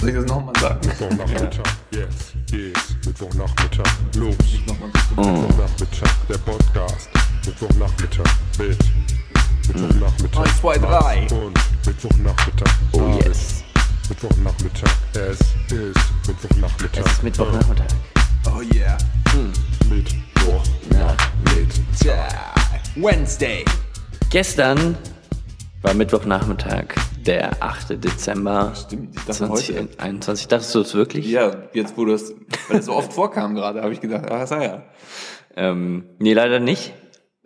Soll ich das nochmal sagen? Mittwochnachmittag, jetzt geht's. Mittwochnachmittag, los. Mittwochnachmittag, der Podcast. Mittwochnachmittag mit. Mittwochnachmittag. Eins, zwei, drei. Max Und Mittwochnachmittag. Oh, David. yes. Mittwochnachmittag, es ist Mittwochnachmittag. Es ist Mittwochnachmittag. Oh yeah. Äh, Mittwochnachmittag. Yeah. Wednesday. Gestern war Mittwochnachmittag, der 8. Dezember Stimmt, ich dachte heute. äh, 2021. Dachtest du es wirklich? Ja, jetzt wo das, weil das so oft vorkam gerade, habe ich gedacht, ah, sei ja. Ähm, nee, leider nicht.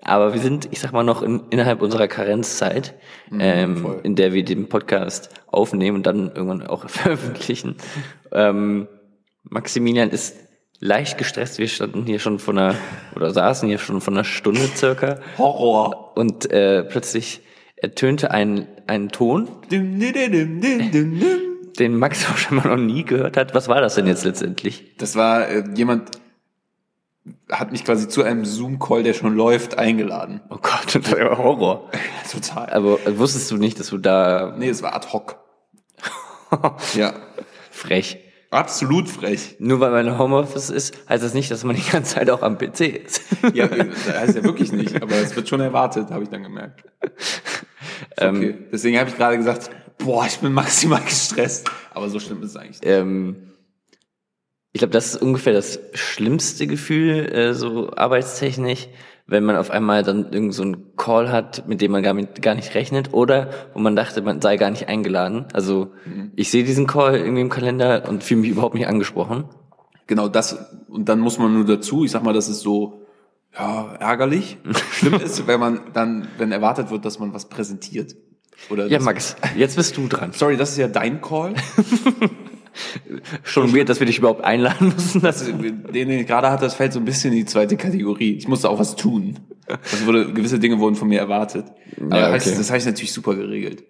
Aber wir sind, ich sag mal, noch in, innerhalb unserer Karenzzeit, ähm, Mhm, voll. in der wir den Podcast aufnehmen und dann irgendwann auch veröffentlichen. Ähm, Maximilian ist leicht gestresst. Wir standen hier schon von einer, oder saßen hier schon von einer Stunde circa. Horror. Und äh, plötzlich ertönte ein, ein Ton, Dim, dim, dim, dim, dim, dim. den Max auch schon mal noch nie gehört hat. Was war das denn jetzt letztendlich? Das war äh, jemand hat mich quasi zu einem Zoom-Call, der schon läuft, eingeladen. Oh Gott, das war ja Horror. Total. Aber äh, wusstest du nicht, dass du da Nee, es war ad hoc. ja. frech. Absolut frech. Nur weil man im Homeoffice ist, heißt das nicht, dass man die ganze Zeit auch am PC ist. Ja, das heißt ja wirklich nicht, aber es wird schon erwartet, habe ich dann gemerkt. Ist Okay. Ähm, Ähm, Deswegen habe ich gerade gesagt, boah, ich bin maximal gestresst. Aber so schlimm ist es eigentlich nicht. ähm, ich glaube, das ist ungefähr das schlimmste Gefühl, äh, so arbeitstechnisch, wenn man auf einmal dann irgend so einen Call hat, mit dem man gar, mit, gar nicht rechnet oder wo man dachte, man sei gar nicht eingeladen. Also ich sehe diesen Call irgendwie im Kalender und fühle mich überhaupt nicht angesprochen. Genau das, und dann muss man nur dazu, ich sag mal, das ist so ja, ärgerlich. Schlimm ist, wenn man dann, wenn erwartet wird, dass man was präsentiert. Oder Ja, das- Max, jetzt bist du dran. Sorry, das ist ja dein Call. Schon weird, dass wir dich überhaupt einladen müssen. Das, Also, den, den ich gerade hatte, das fällt so ein bisschen in die zweite Kategorie. Ich musste auch was tun. Das wurde, gewisse Dinge wurden von mir erwartet. Aber Ja, das, okay. heißt, das habe ich natürlich super geregelt.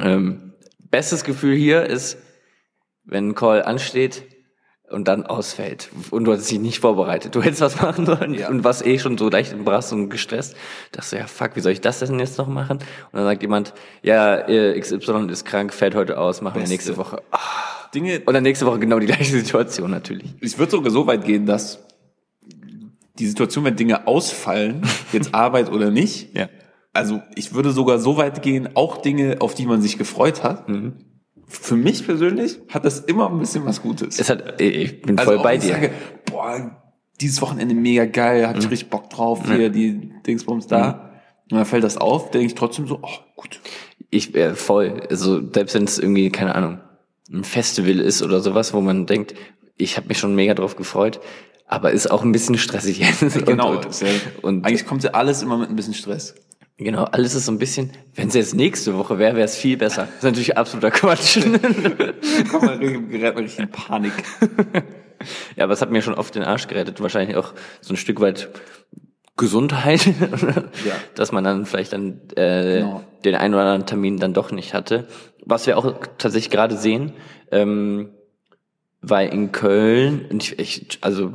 Ähm, bestes Gefühl hier ist, wenn ein Call ansteht und dann ausfällt und du hast dich nicht vorbereitet. Du hättest was machen sollen Ja. und warst eh schon so leicht im Brass und gestresst. Dachte so, ja fuck, wie soll ich das denn jetzt noch machen? Und dann sagt jemand, ja, äh, XY ist krank, fällt heute aus, machen wir Beste. nächste Woche. Ah, Dinge, Und dann nächste Woche genau die gleiche Situation natürlich. ich würde sogar so weit gehen, dass die Situation, wenn Dinge ausfallen, jetzt Arbeit oder nicht, Ja. also ich würde sogar so weit gehen, auch Dinge, auf die man sich gefreut hat. Mhm. Für mich persönlich hat das immer ein bisschen was Gutes. Also Es hat, ich bin halt voll auch bei wenn ich dir. Sage, boah, dieses Wochenende mega geil, hab ich richtig Bock drauf, hier die Dingsbums da. Und dann fällt das auf, denke ich trotzdem so, oh, gut. Ich äh, voll. Also selbst wenn es irgendwie, keine Ahnung, ein Festival ist oder sowas, wo man denkt, ich habe mich schon mega drauf gefreut, aber ist auch ein bisschen stressig jetzt. Und- Genau. Und, äh, ist ja- halt und eigentlich kommt ja alles immer mit ein bisschen Stress. genau, alles ist so ein bisschen, wenn es jetzt nächste Woche wäre, wäre es viel besser. Das ist natürlich absoluter Quatsch. Komm, man gerät man richtig in Panik. ja, aber es hat mir schon oft den Arsch gerettet. Wahrscheinlich auch so ein Stück weit Gesundheit, dass man dann vielleicht dann äh, Genau. den einen oder anderen Termin dann doch nicht hatte. Was wir auch tatsächlich gerade sehen, ähm, weil in Köln, und ich, ich, also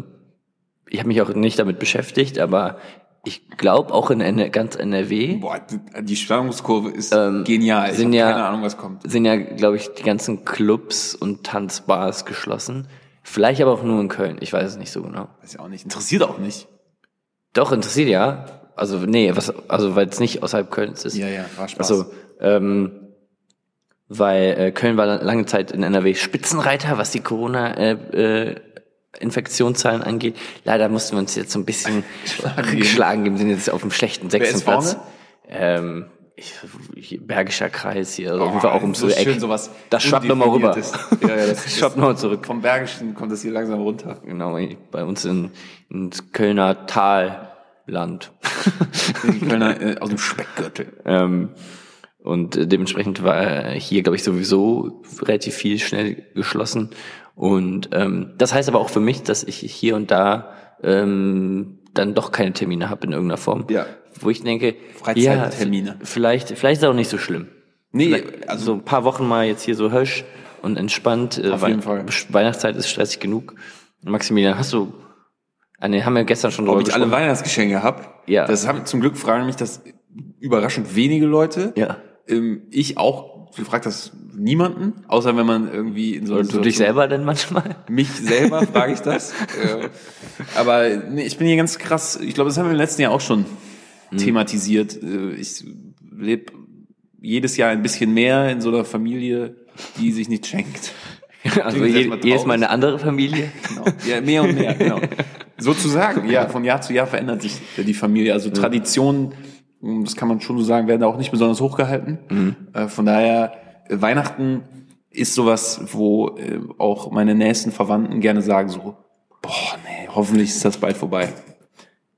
ich habe mich auch nicht damit beschäftigt, aber ich glaube auch in N ganz NRW Boah, die- die Spannungskurve ist Ähm, genial. Ich sind hab ja- keine Ahnung, was kommt. sind ja, glaube ich, die ganzen Clubs und Tanzbars geschlossen. Vielleicht aber auch nur in Köln, ich weiß es nicht so genau. Weiß ich auch nicht. Interessiert auch nicht. Doch, interessiert ja. Also, nee, was, also weil es nicht außerhalb Kölns ist. Ja, ja, war Spaß. Also, ähm, weil äh, Köln war lange Zeit in NRW Spitzenreiter, was die Corona-Infektionszahlen angeht. Leider mussten wir uns jetzt so ein bisschen Schlagen geben. geschlagen geben, sind jetzt auf dem schlechten sechsten ist Platz. vorne? Ähm, ich, hier, Bergischer Kreis hier, also auf Oh, jeden Fall auch ums so Eck. schön sowas. das schwappt nochmal rüber. Undefiniertes. Ja, ja, das das schwappt nochmal zurück. Vom Bergischen kommt das hier langsam runter. Genau, bei uns in, ins Kölner Talland. Die Kölner äh, aus dem Speckgürtel. Ähm, und äh, dementsprechend war hier, glaube ich, sowieso relativ viel schnell geschlossen. Und ähm, das heißt aber auch für mich, dass ich hier und da ähm, dann doch keine Termine habe in irgendeiner Form. Ja. Wo ich denke, ja, Freizeittermine. v- vielleicht, vielleicht ist es auch nicht so schlimm. Nee, Vielleicht also so ein paar Wochen mal jetzt hier so hösch und entspannt. Äh, Auf Wei- jeden Fall. Weihnachtszeit ist stressig genug. Maximilian, hast du, ah, nee, haben wir gestern schon ob drüber ich alle gesprochen. Weihnachtsgeschenke hab, Ja. Das haben zum Glück fragen mich das überraschend wenige Leute. Ja. ähm, ich auch, du fragst das niemanden, außer wenn man irgendwie in so Oder einer du dich Situation- selber denn manchmal? Mich selber frage ich das. äh, aber nee, ich bin hier ganz krass, ich glaube, das haben wir im letzten Jahr auch schon Mhm. thematisiert. Äh, Ich lebe jedes Jahr ein bisschen mehr in so einer Familie, die sich nicht schenkt. Also jetzt je, mal jedes traurig. Mal eine andere Familie. Genau. Ja, mehr und mehr, genau. Sozusagen, ja, von Jahr zu Jahr verändert sich die Familie. Also Traditionen, mh, das kann man schon so sagen, werden auch nicht besonders hochgehalten. Äh, Von daher, äh, Weihnachten ist sowas, wo äh, auch meine nächsten Verwandten gerne sagen so, boah, nee, hoffentlich ist das bald vorbei.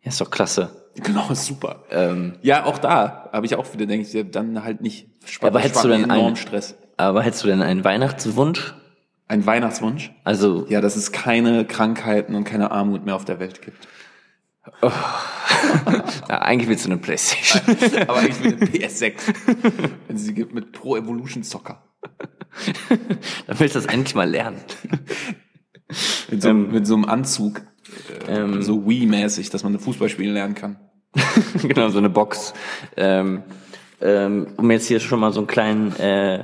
Ja, ist doch klasse. Genau, ist super. Ähm, Ja, auch da habe ich auch wieder, denke ich, ja, dann halt nicht. Spann- Aber hättest spann- du denn enormen einen- Stress. aber hättest du denn einen Weihnachtswunsch? Ein Weihnachtswunsch? Also, Ja, dass es keine Krankheiten und keine Armut mehr auf der Welt gibt. ja, äh, eigentlich willst du eine Playstation. Aber eigentlich mit dem PS6. Wenn Also sie gibt mit Pro Evolution Soccer. Dann willst du das endlich mal lernen. Mit so, mit so einem Anzug. Äh, Ähm. so Wii-mäßig, dass man Fußball spielen lernen kann. genau, so eine Box. Ähm, ähm, um jetzt hier schon mal so einen kleinen äh,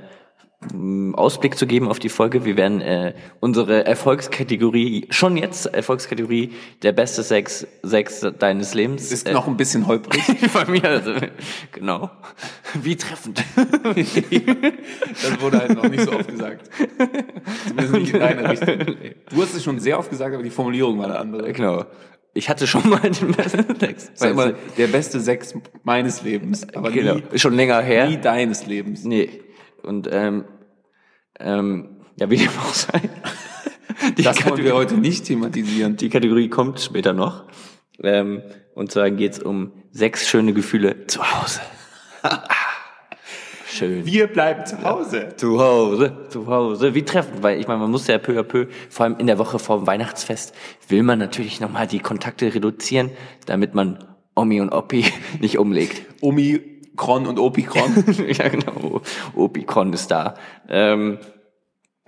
m, Ausblick zu geben auf die Folge, wir werden äh, unsere Erfolgskategorie, schon jetzt Erfolgskategorie, der beste Sex, Sex deines Lebens. Ist äh, noch ein bisschen holprig. bei mir, also, genau. Wie treffend. Das wurde halt noch nicht so oft gesagt. Zumindest nicht in deine Richtung. Du hast es schon sehr oft gesagt, aber die Formulierung war eine andere. genau. Ich hatte schon mal den besten Sex. Es war immer der beste Sex meines Lebens, aber genau. nie, Schon länger her. nie deines Lebens. Nee. Und ähm, ähm, ja, wie dem auch sei. Die Das wollen Kategorie- wir heute nicht thematisieren. Die Kategorie kommt später noch. Ähm, und zwar geht's um sechs schöne Gefühle zu Hause. Ah, Schön. Wir bleiben zu Hause. zu Hause, zu Hause. Wie treffend, weil ich meine, man muss ja peu à peu, vor allem in der Woche vor dem Weihnachtsfest, will man natürlich nochmal die Kontakte reduzieren, damit man Omi und Oppi nicht umlegt. Omikron und Opikron. ja, genau. Opikon ist da. Ähm,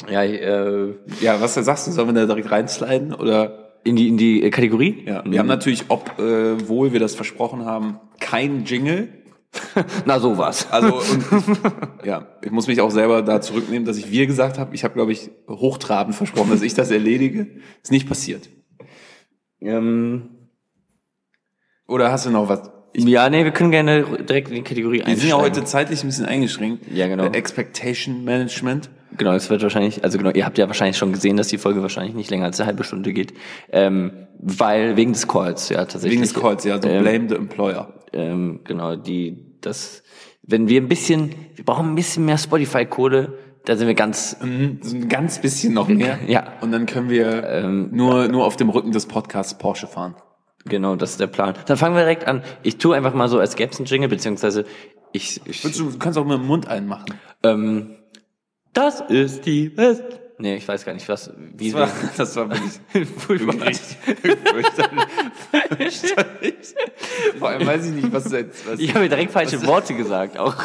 ja, äh, Ja, was sagst du? Sollen wir da direkt reinsliden oder? in die, in die Kategorie? Hm. Ja, wir haben natürlich, obwohl wir das versprochen haben, kein Jingle. Na, sowas. Also und ich, ja, ich muss mich auch selber da zurücknehmen, dass ich wir gesagt habe. Ich habe, glaube ich, hochtrabend versprochen, dass ich das erledige. Ist nicht passiert. Ähm, Oder hast du noch was? ja, nee, wir können gerne direkt in die Kategorie Wir sind ja einsteigen. heute zeitlich ein bisschen eingeschränkt. Ja, genau. Äh, Expectation Management. Genau, es wird wahrscheinlich, also genau, ihr habt ja wahrscheinlich schon gesehen, dass die Folge wahrscheinlich nicht länger als eine halbe Stunde geht. Ähm, weil, wegen des Calls, ja, tatsächlich. Wegen des Calls, ja, so Ähm, blame the employer. Ähm, genau, die, das, wenn wir ein bisschen, wir brauchen ein bisschen mehr Spotify-Kohle, da sind wir ganz, Mhm, So ein ganz bisschen noch mehr. Ja. Ähm. Und dann können wir nur, nur auf dem Rücken des Podcasts Porsche fahren. genau, das ist der Plan. Dann fangen wir direkt an. Ich tue einfach mal so, als gäbe es einen Jingle, beziehungsweise ich, ich Willst Du du kannst auch mit dem Mund einmachen. ähm, das ist die Best. Nee, ich weiß gar nicht, was, wie Das war, das war wirklich Furchtbar. Vor allem weiß ich nicht, was du jetzt. Was, Ich habe direkt falsche Worte gesagt, auch.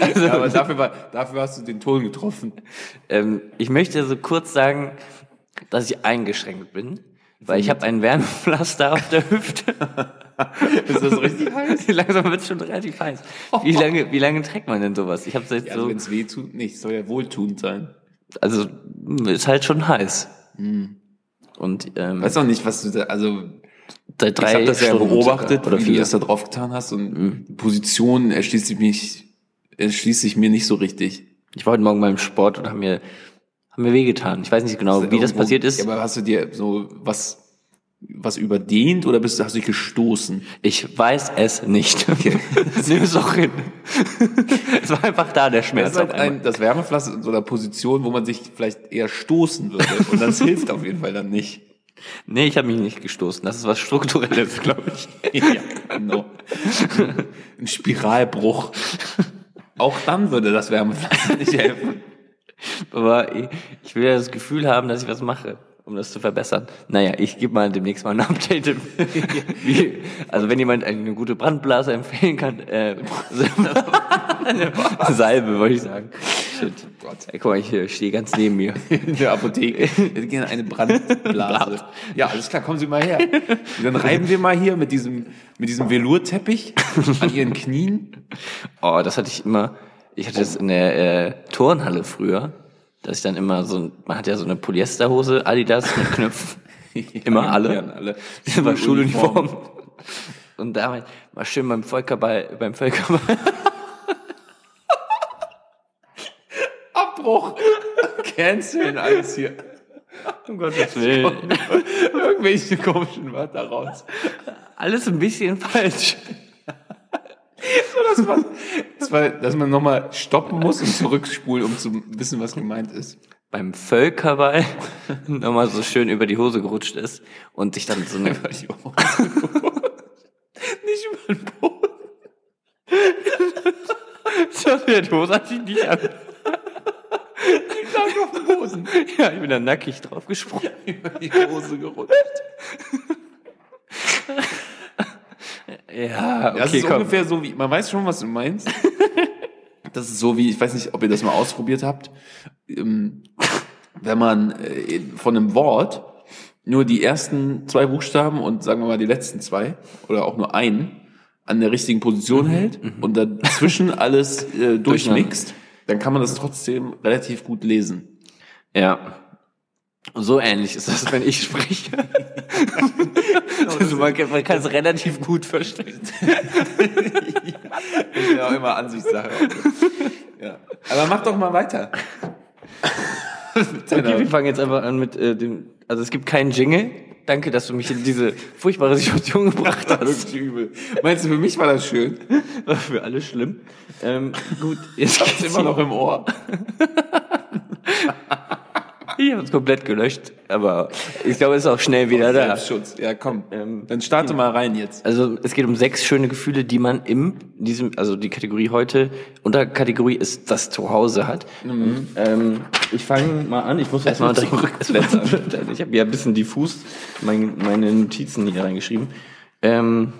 Also, ja, aber dafür, war, dafür hast du den Ton getroffen. Ähm, ich möchte so kurz sagen, dass ich eingeschränkt bin, weil ich habe ein Wärmepflaster auf der Hüfte. Ist das richtig heiß? Langsam wird es schon relativ heiß. Wie lange, wie lange trägt man denn sowas? Ich habe jetzt Also, so, wenn es weh tut, nicht. Soll ja wohltuend sein. also mh, ist halt schon heiß. Hm. Und ähm, Weiß auch nicht, was du da. Also, seit drei ich habe das ja Stunden beobachtet, circa oder wie vier. du das da drauf getan hast. Und die Position erschließt sich, mich, erschließt sich mir nicht so richtig. Ich war heute Morgen beim Sport und haben mir haben mir wehgetan. Ich weiß nicht genau, wie das Irgendwo- passiert ist. Ja, aber hast du dir so was, was überdehnt oder bist, du- hast du dich gestoßen? Ich weiß es nicht. Nimm es auch hin. es war einfach da, der Das, Schmerz. ist halt auf einmal. ein, das Wärmepflaster in so einer Position, wo man sich vielleicht eher stoßen würde. Und das hilft auf jeden Fall dann nicht. Nee, ich habe mich nicht gestoßen. Das ist was Strukturelles, glaube ich. ja, genau. Ein Spiralbruch. Auch dann würde das Wärmepflaster nicht helfen. Aber ich- ich will ja das Gefühl haben, dass ich was mache, um das zu verbessern. Naja, ich gebe mal demnächst mal ein Update. Wie, also wenn jemand eine gute Brandblase empfehlen kann, äh, eine Salbe, wollte ich sagen. Shit. Gott. Ey, guck mal, ich äh, stehe ganz neben mir. In der Apotheke. Wir gehen in eine Brandblase. Ja, alles klar, kommen Sie mal her. Dann reiben wir mal hier mit diesem, mit diesem Velourteppich an Ihren Knien. Oh, das hatte ich immer. Ich hatte das in der äh, Turnhalle früher, dass ich dann immer so, ein- man hat ja so eine Polyesterhose, Adidas mit Knöpfen. immer alle. Ja, alle. Das war Schuluniform. Schuluniform. Und damals war schön beim Völkerball, beim Völkerball. Abbruch. Canceln alles hier. Um Gottes Willen. Irgendwelche komischen Wörter raus. Alles ein bisschen falsch. Das war, dass man nochmal stoppen muss und zurückspulen, um zu wissen, was gemeint ist. Beim Völkerball nochmal so schön über die Hose gerutscht ist und dich dann so eine Weil ich auch- Nicht über den Boden. Das wäre doof, hat sich nicht an. Ich lag auf dem Boden. Ja, ich bin da nackig drauf gesprungen. Über die Hose gerutscht. Ja, okay, Das ist komm. ungefähr so wie, man weiß schon, was du meinst. Das ist so wie, ich weiß nicht, ob ihr das mal ausprobiert habt, ähm, wenn man äh, von einem Wort nur die ersten zwei Buchstaben und sagen wir mal die letzten zwei oder auch nur einen an der richtigen Position hält und dazwischen alles äh, durchmixt, dann kann man das trotzdem relativ gut lesen. Ja. So ähnlich ist das, wenn ich spreche. also man, kann- man kann es relativ gut verstehen. Das ist ja auch immer Ansichtssache. ja. Aber mach doch mal weiter. Genau. Okay, wir fangen jetzt einfach an mit äh, dem. Also es gibt keinen Jingle. Danke, dass du mich in diese furchtbare Situation gebracht hast. Wirklich übel. Meinst du, für mich war das schön? War für alle schlimm. Ähm, gut, jetzt Das geht's ist immer noch im Ohr. Ich habe es komplett gelöscht, aber ich glaube, es ist auch schnell wieder da. Selbstschutz. Ja, komm. Ähm, Dann starte mal rein jetzt. Also es geht um sechs schöne Gefühle, die man im diesem, also die Kategorie heute Unterkategorie ist das Zuhause hat. Ähm, ich fange mal an. Ich muss jetzt Erstmal mal direkt- zurückblättern. Erstmal- Ich habe ja ein bisschen diffus mein, meine Notizen hier reingeschrieben. Ähm,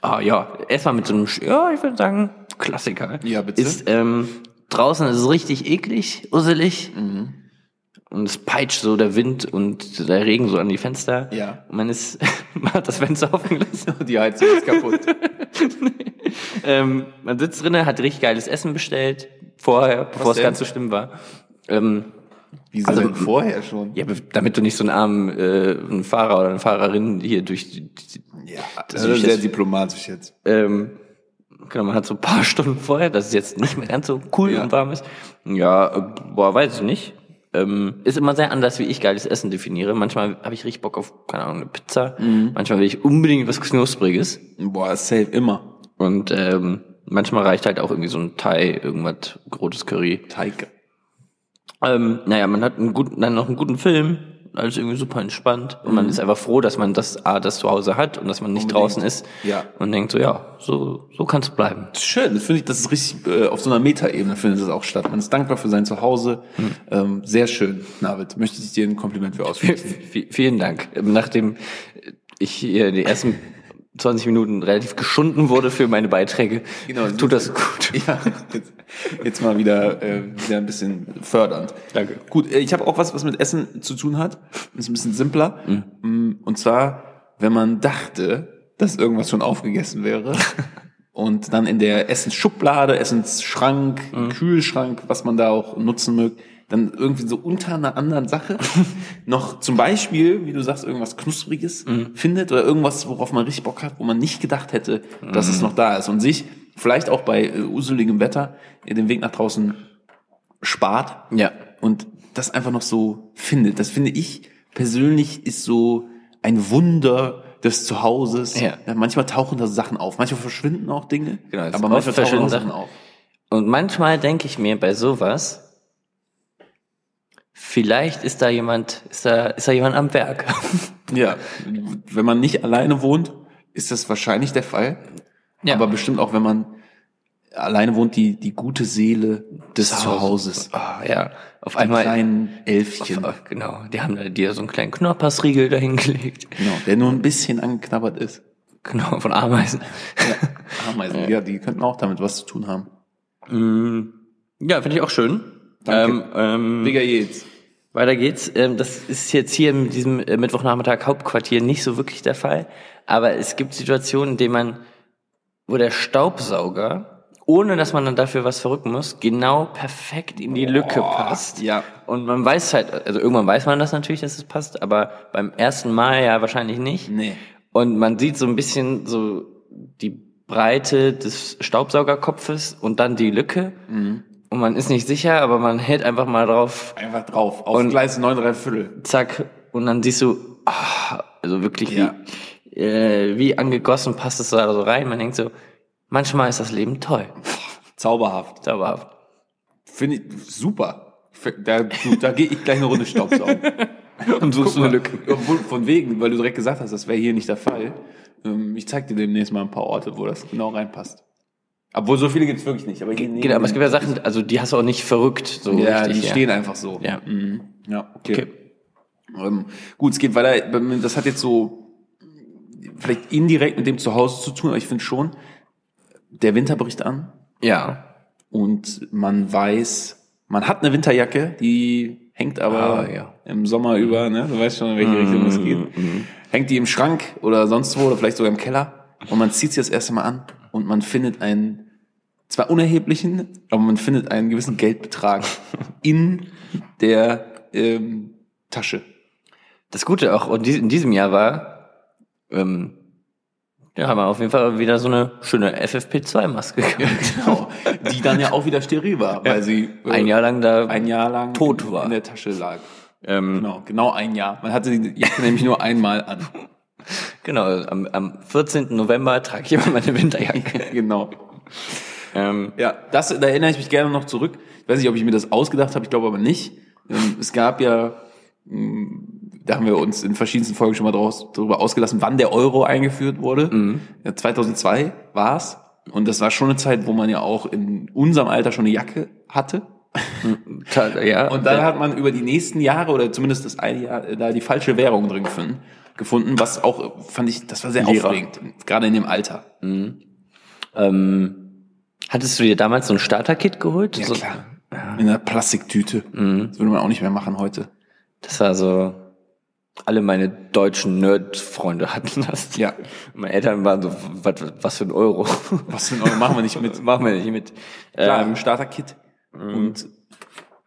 ah ja, erstmal mit so einem, Sch- ja, ich würde sagen Klassiker. Ja, bitte. Ist ähm, draußen ist es richtig eklig, usselig. Und es peitscht so der Wind und der Regen so an die Fenster. Ja. Und man ist, man hat das Fenster offen gelassen. Die Heizung ist kaputt. Ähm, man sitzt drinnen, hat richtig geiles Essen bestellt, vorher, bevor es denn? ganz so schlimm war. Ähm, Wieso Also- denn vorher schon? ja, damit du nicht so einen armen äh, einen Fahrer oder eine Fahrerin hier durch die, die, Ja, das ist jetzt- diplomatisch jetzt. ähm, genau, man hat so ein paar Stunden vorher, dass es jetzt nicht mehr ganz so cool Ja. und warm ist. Ja, äh, boah, weiß ich nicht. Ähm, ist immer sehr anders, wie ich geiles Essen definiere. Manchmal habe ich richtig Bock auf, keine Ahnung, eine Pizza. Mhm. Manchmal will ich unbedingt was Knuspriges. Boah, safe immer. Und ähm, manchmal reicht halt auch irgendwie so ein Thai, irgendwas, rotes Curry. Teig. Ähm, naja, man hat einen guten, dann noch einen guten Film, alles irgendwie super entspannt und Mhm. man ist einfach froh, dass man das A, das zu Hause hat und dass man nicht Unbedingt. draußen ist Ja. und denkt so, ja, so, so kann es bleiben. Schön, das finde ich, das ist richtig, äh, auf so einer Metaebene findet das auch statt. Man ist dankbar für sein Zuhause. Ähm, sehr schön, Navid. Möchte ich dir ein Kompliment für aussprechen. V vielen Dank. Ähm, Nachdem ich hier in den ersten 20 Minuten relativ geschunden wurde für meine Beiträge, Genau. tut das gut. ja, jetzt, jetzt mal wieder, äh, wieder ein bisschen fördernd. Danke. Gut, äh, ich habe auch was, was mit Essen zu tun hat. Ist ein bisschen simpler. Mhm. Mm, Und zwar, wenn man dachte, dass irgendwas schon aufgegessen wäre und dann in der Essensschublade, Essensschrank, Mhm. Kühlschrank, was man da auch nutzen mögt, dann irgendwie so unter einer anderen Sache noch zum Beispiel, wie du sagst, irgendwas Knuspriges Mhm. findet oder irgendwas, worauf man richtig Bock hat, wo man nicht gedacht hätte, dass Mhm. es noch da ist und sich vielleicht auch bei äh, useligem Wetter äh, den Weg nach draußen spart Ja. und das einfach noch so findet. Das finde ich persönlich ist so ein Wunder des Zuhauses. Ja. manchmal tauchen da Sachen auf, manchmal verschwinden auch Dinge, Genau, es aber oft manchmal tauchen verschwinden auch Sachen Sachen. auf. Und manchmal denke ich mir bei sowas, vielleicht ist da jemand, ist da, ist da jemand am Werk. Ja, wenn man nicht alleine wohnt, ist das wahrscheinlich der Fall. Ja. Aber bestimmt auch, wenn man alleine wohnt, die, die gute Seele des Zuhauses. Ah, ja, auf Die einmal. kleinen Elfchen, Ah, Genau, die haben da dir so einen kleinen Knoppersriegel dahingelegt. genau, der nur ein bisschen angeknabbert ist. Genau, von Ameisen. Ameisen, ja, die könnten auch damit was zu tun haben. Ja, finde ich auch schön. Danke. Ähm, ähm, Digga Yates. weiter geht's. Ähm, das ist jetzt hier in diesem äh, Mittwochnachmittag Hauptquartier nicht so wirklich der Fall. Aber es gibt Situationen, in denen man, wo der Staubsauger ohne dass man dann dafür was verrücken muss, genau perfekt in die Lücke passt. ja. Und man weiß halt, also irgendwann weiß man das natürlich, dass es passt, aber beim ersten Mal ja wahrscheinlich nicht. Nee. Und man sieht so ein bisschen so die Breite des Staubsaugerkopfes und dann die Lücke. Mhm. Und man ist nicht sicher, aber man hält einfach mal drauf, Einfach drauf. Auf Und- Gleis 9, 3 Viertel. zack, und dann siehst du, ah, also wirklich Ja. wie, äh, wie angegossen passt es da so rein. Man denkt so, manchmal ist das Leben toll. Zauberhaft. Zauberhaft. Finde ich super. F- Da, du, da gehe ich gleich eine Runde Staubsaugen. Und so ist eine Lücke. Obwohl, von wegen, weil du direkt gesagt hast, das wäre hier nicht der Fall. Ähm, Ich zeig dir demnächst mal ein paar Orte, wo das genau reinpasst. Obwohl, so viele gibt's wirklich nicht. Aber hier Genau, aber es gibt ja Sachen, also die hast du auch nicht verrückt, so ja, richtig. die stehen einfach so. Ja. Mhm. Ja, okay. Okay. Ähm, gut, es geht weiter. Ähm, Das hat jetzt so vielleicht indirekt mit dem Zuhause zu tun, aber ich finde schon, der Winter bricht an Ja. und man weiß, man hat eine Winterjacke, die hängt aber Ah, ja. Mm, im Sommer über, ne? Du weißt schon, in welche Richtung es geht. Hängt die im Schrank oder sonst wo oder vielleicht sogar im Keller und man zieht sie das erste Mal an und man findet einen zwar unerheblichen, aber man findet einen gewissen Geldbetrag in der ähm, Tasche. Das Gute auch und dies- in diesem Jahr war, ähm, ja, haben wir auf jeden Fall wieder so eine schöne FFP2-Maske gehabt. Genau. Die dann ja auch wieder steril war, weil sie äh, Ein Jahr lang da. ein Jahr lang tot war. in der Tasche lag. ähm, Genau, genau ein Jahr. Man hatte die Jacke nämlich nur einmal an. genau, am, am 14. November trage ich immer meine Winterjacke. Genau. ähm, Ja, das, da erinnere ich mich gerne noch zurück. Ich weiß nicht, ob ich mir das ausgedacht habe, ich glaube aber nicht. Ähm, Es gab ja, mh, da haben wir uns in verschiedensten Folgen schon mal draus, darüber ausgelassen, wann der Euro eingeführt wurde. Mhm. Ja, 2002 war's Und das war schon eine Zeit, wo man ja auch in unserem Alter schon eine Jacke hatte. ta- ja, Und dann ja. hat man über die nächsten Jahre oder zumindest das eine Jahr äh, da die falsche Währung drin gefunden, gefunden was auch, äh, fand ich, das war sehr Lehrer. aufregend, gerade in dem Alter. Ähm, hattest du dir damals so ein Starter-Kit geholt? so, Mhm. In einer Plastiktüte. Das würde man auch nicht mehr machen heute. Das war so. Alle meine deutschen Nerd-Freunde hatten das. Ja. Meine Eltern waren so, was, was für ein Euro? Was für ein Euro machen wir nicht mit? Machen wir nicht mit. Klar, Ähm, im Starter-Kit. mhm. Und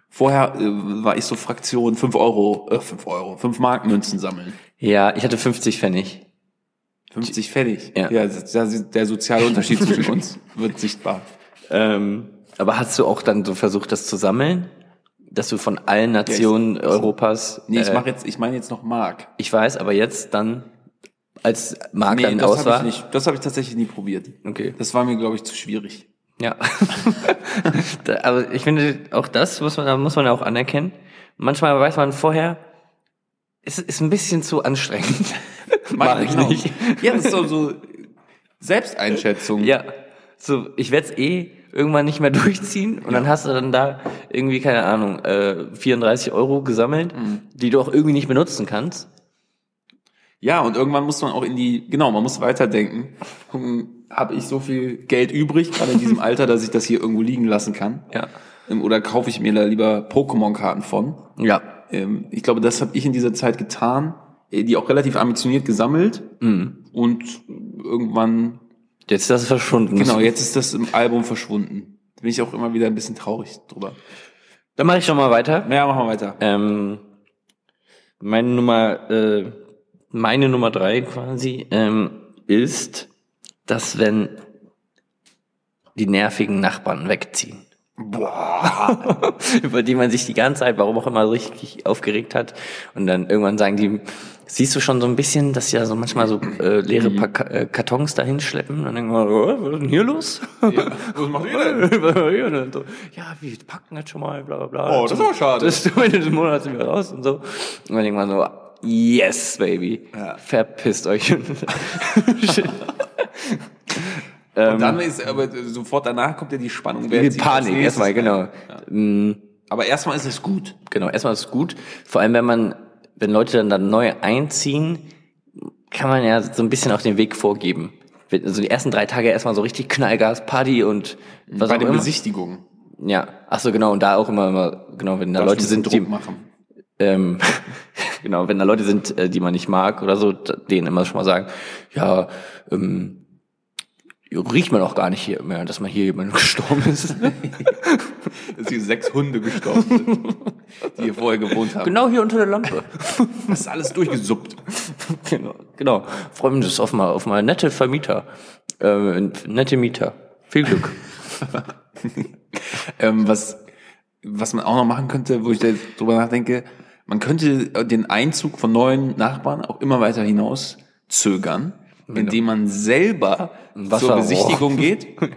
vorher äh, war ich so Fraktion 5 Euro, äh, 5 Euro, 5 Mark Münzen sammeln. ja, ich hatte 50 Pfennig. 50 Pfennig. Ja. der, der soziale Unterschied zwischen uns wird sichtbar. Ähm, aber hast du auch dann so versucht, das zu sammeln? Dass du von allen Nationen Europas. Nee, ich äh, mache jetzt, ich meine jetzt noch Mark. ich weiß, aber jetzt dann, als Mark dann das aus habe war. ich nicht. Das habe ich tatsächlich nie probiert. Okay. Das war mir, glaube ich, zu schwierig. Ja. da, aber ich finde, auch das muss man, da muss man ja auch anerkennen. Manchmal weiß man vorher, es ist ein bisschen zu anstrengend. Mach ich Genau. nicht. Ja, das ist so, so Selbsteinschätzung. Ja. So, ich werde es eh irgendwann nicht mehr durchziehen und dann hast du dann da irgendwie, keine Ahnung, äh, 34 Euro gesammelt, die du auch irgendwie nicht benutzen kannst. Ja, und irgendwann muss man auch in die, genau, man muss weiterdenken. Gucken, habe ich so viel Geld übrig, gerade in diesem Alter, dass ich das hier irgendwo liegen lassen kann? Ja. Ähm, Oder kaufe ich mir da lieber Pokémon-Karten von? Ja. Ähm, Ich glaube, das habe ich in dieser Zeit getan, äh, die auch relativ ambitioniert gesammelt und irgendwann, Mhm. Jetzt ist das verschwunden. genau, jetzt ist das im Album verschwunden. Da bin ich auch immer wieder ein bisschen traurig drüber. Dann mache ich schon mal weiter. Naja, machen wir weiter. Ähm, meine Nummer, äh, meine Nummer drei quasi ähm, ist, dass wenn die nervigen Nachbarn wegziehen, Boah. über die man sich die ganze Zeit, warum auch immer, richtig aufgeregt hat, und dann irgendwann sagen die, siehst du schon so ein bisschen, dass sie ja so manchmal so äh, leere Pak- äh, Kartons dahin schleppen, dann denkt man, oh, was ist denn hier los? Was macht ihr denn? Und so, ja, wir packen das schon mal, bla bla bla. Oh, das ist auch schade. Das ist am Ende des Monats sind wir raus und so. Und dann denkt man so, yes, baby. Verpisst euch. Und dann ist aber sofort danach kommt ja die Spannung. wer Ähm, Die zieht als Panik nächstes ein? erstmal, genau. Aber erstmal ist es gut. Genau, erstmal ist gut. Vor allem, wenn man, wenn Leute dann, dann neu einziehen, kann man ja so ein bisschen auch den Weg vorgeben. Also die ersten drei Tage erstmal so richtig Knallgas, Party und was Bei auch den immer. Besichtigungen. Ja, ach so genau, und da auch immer, immer genau, wenn da Leute sind, Druck die, machen. ähm, genau, wenn da Leute sind, äh, die man nicht mag oder so, d- denen immer schon mal sagen, ja, ähm, riecht man auch gar nicht hier mehr, dass man hier jemand gestorben ist. dass hier sechs Hunde gestorben sind, die hier vorher gewohnt haben. genau hier unter der Lampe. Das ist alles durchgesuppt. genau, genau. Freuen wir uns auf mal, auf mal nette Vermieter, äh, nette Mieter. Viel Glück. Ähm, was, was man auch noch machen könnte, wo ich da jetzt drüber nachdenke, man könnte den Einzug von neuen Nachbarn auch immer weiter hinaus zögern, Genau. indem man selber zur Wasserrohr. Besichtigung geht. Äh,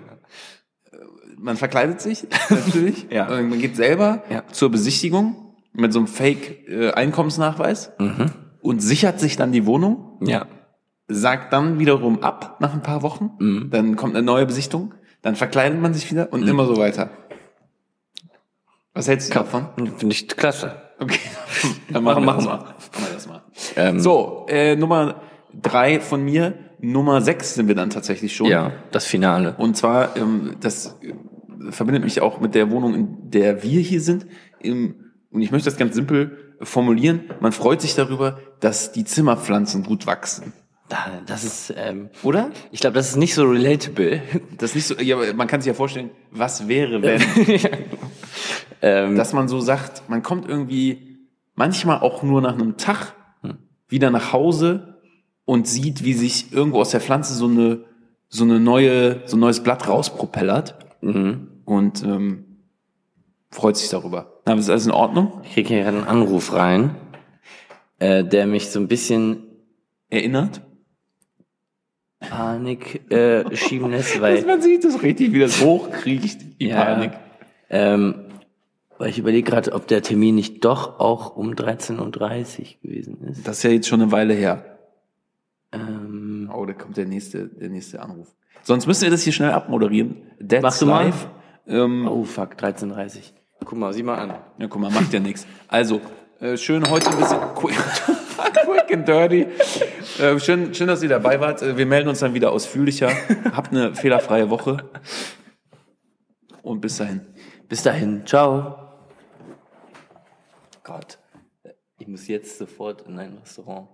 Man verkleidet sich natürlich. Ja. Und Man geht selber Ja. zur Besichtigung mit so einem Fake-Einkommensnachweis Mhm. und sichert sich dann die Wohnung ja. sagt dann wiederum ab nach ein paar Wochen, dann kommt eine neue Besichtung, dann verkleidet man sich wieder und immer so weiter. Was hältst du davon? Finde ich klasse. Okay, dann machen, wir Machen das mal. Machen wir das mal. Ähm, So, äh, Nummer drei von mir, Nummer sechs sind wir dann tatsächlich schon. Ja, das Finale. Und zwar, ähm, das äh, verbindet mich auch mit der Wohnung, in der wir hier sind. Im, und ich möchte das ganz simpel formulieren. Man freut sich darüber, dass die Zimmerpflanzen gut wachsen. Da- Das ist, ähm, Oder? ich glaube, das ist nicht so relatable. Das ist nicht so, ja, aber man kann sich ja vorstellen, was wäre, wenn, Ähm, dass man so sagt, man kommt irgendwie manchmal auch nur nach einem Tag Hm. wieder nach Hause und sieht, wie sich irgendwo aus der Pflanze so eine, so eine neue, so ein neues Blatt rauspropellert mhm. und ähm, freut sich darüber. Na, ist alles in Ordnung? Ich kriege hier gerade einen Anruf rein, äh, der mich so ein bisschen Erinnert? Panik äh, schieben lässt, weil man sieht das richtig, wie das hochkriecht, die Ja. Panik. Ähm, weil ich überlege gerade, ob der Termin nicht doch auch um 13.30 Uhr gewesen ist. Das ist ja jetzt schon eine Weile her. Ähm, Oh, da kommt der nächste, der nächste Anruf. Sonst müssen wir das hier schnell abmoderieren. Dead Machst du mal? Live. Ähm, oh fuck, 13.30 Uhr. Guck mal, sieh mal an. Ja, guck mal, macht ja nichts. Also, äh, schön heute ein bisschen quick, quick and dirty. Äh, schön, schön, dass ihr dabei wart. Äh, Wir melden uns dann wieder ausführlicher. Habt eine fehlerfreie Woche. Und bis dahin. Bis dahin, ciao. Gott, ich muss jetzt sofort in ein Restaurant.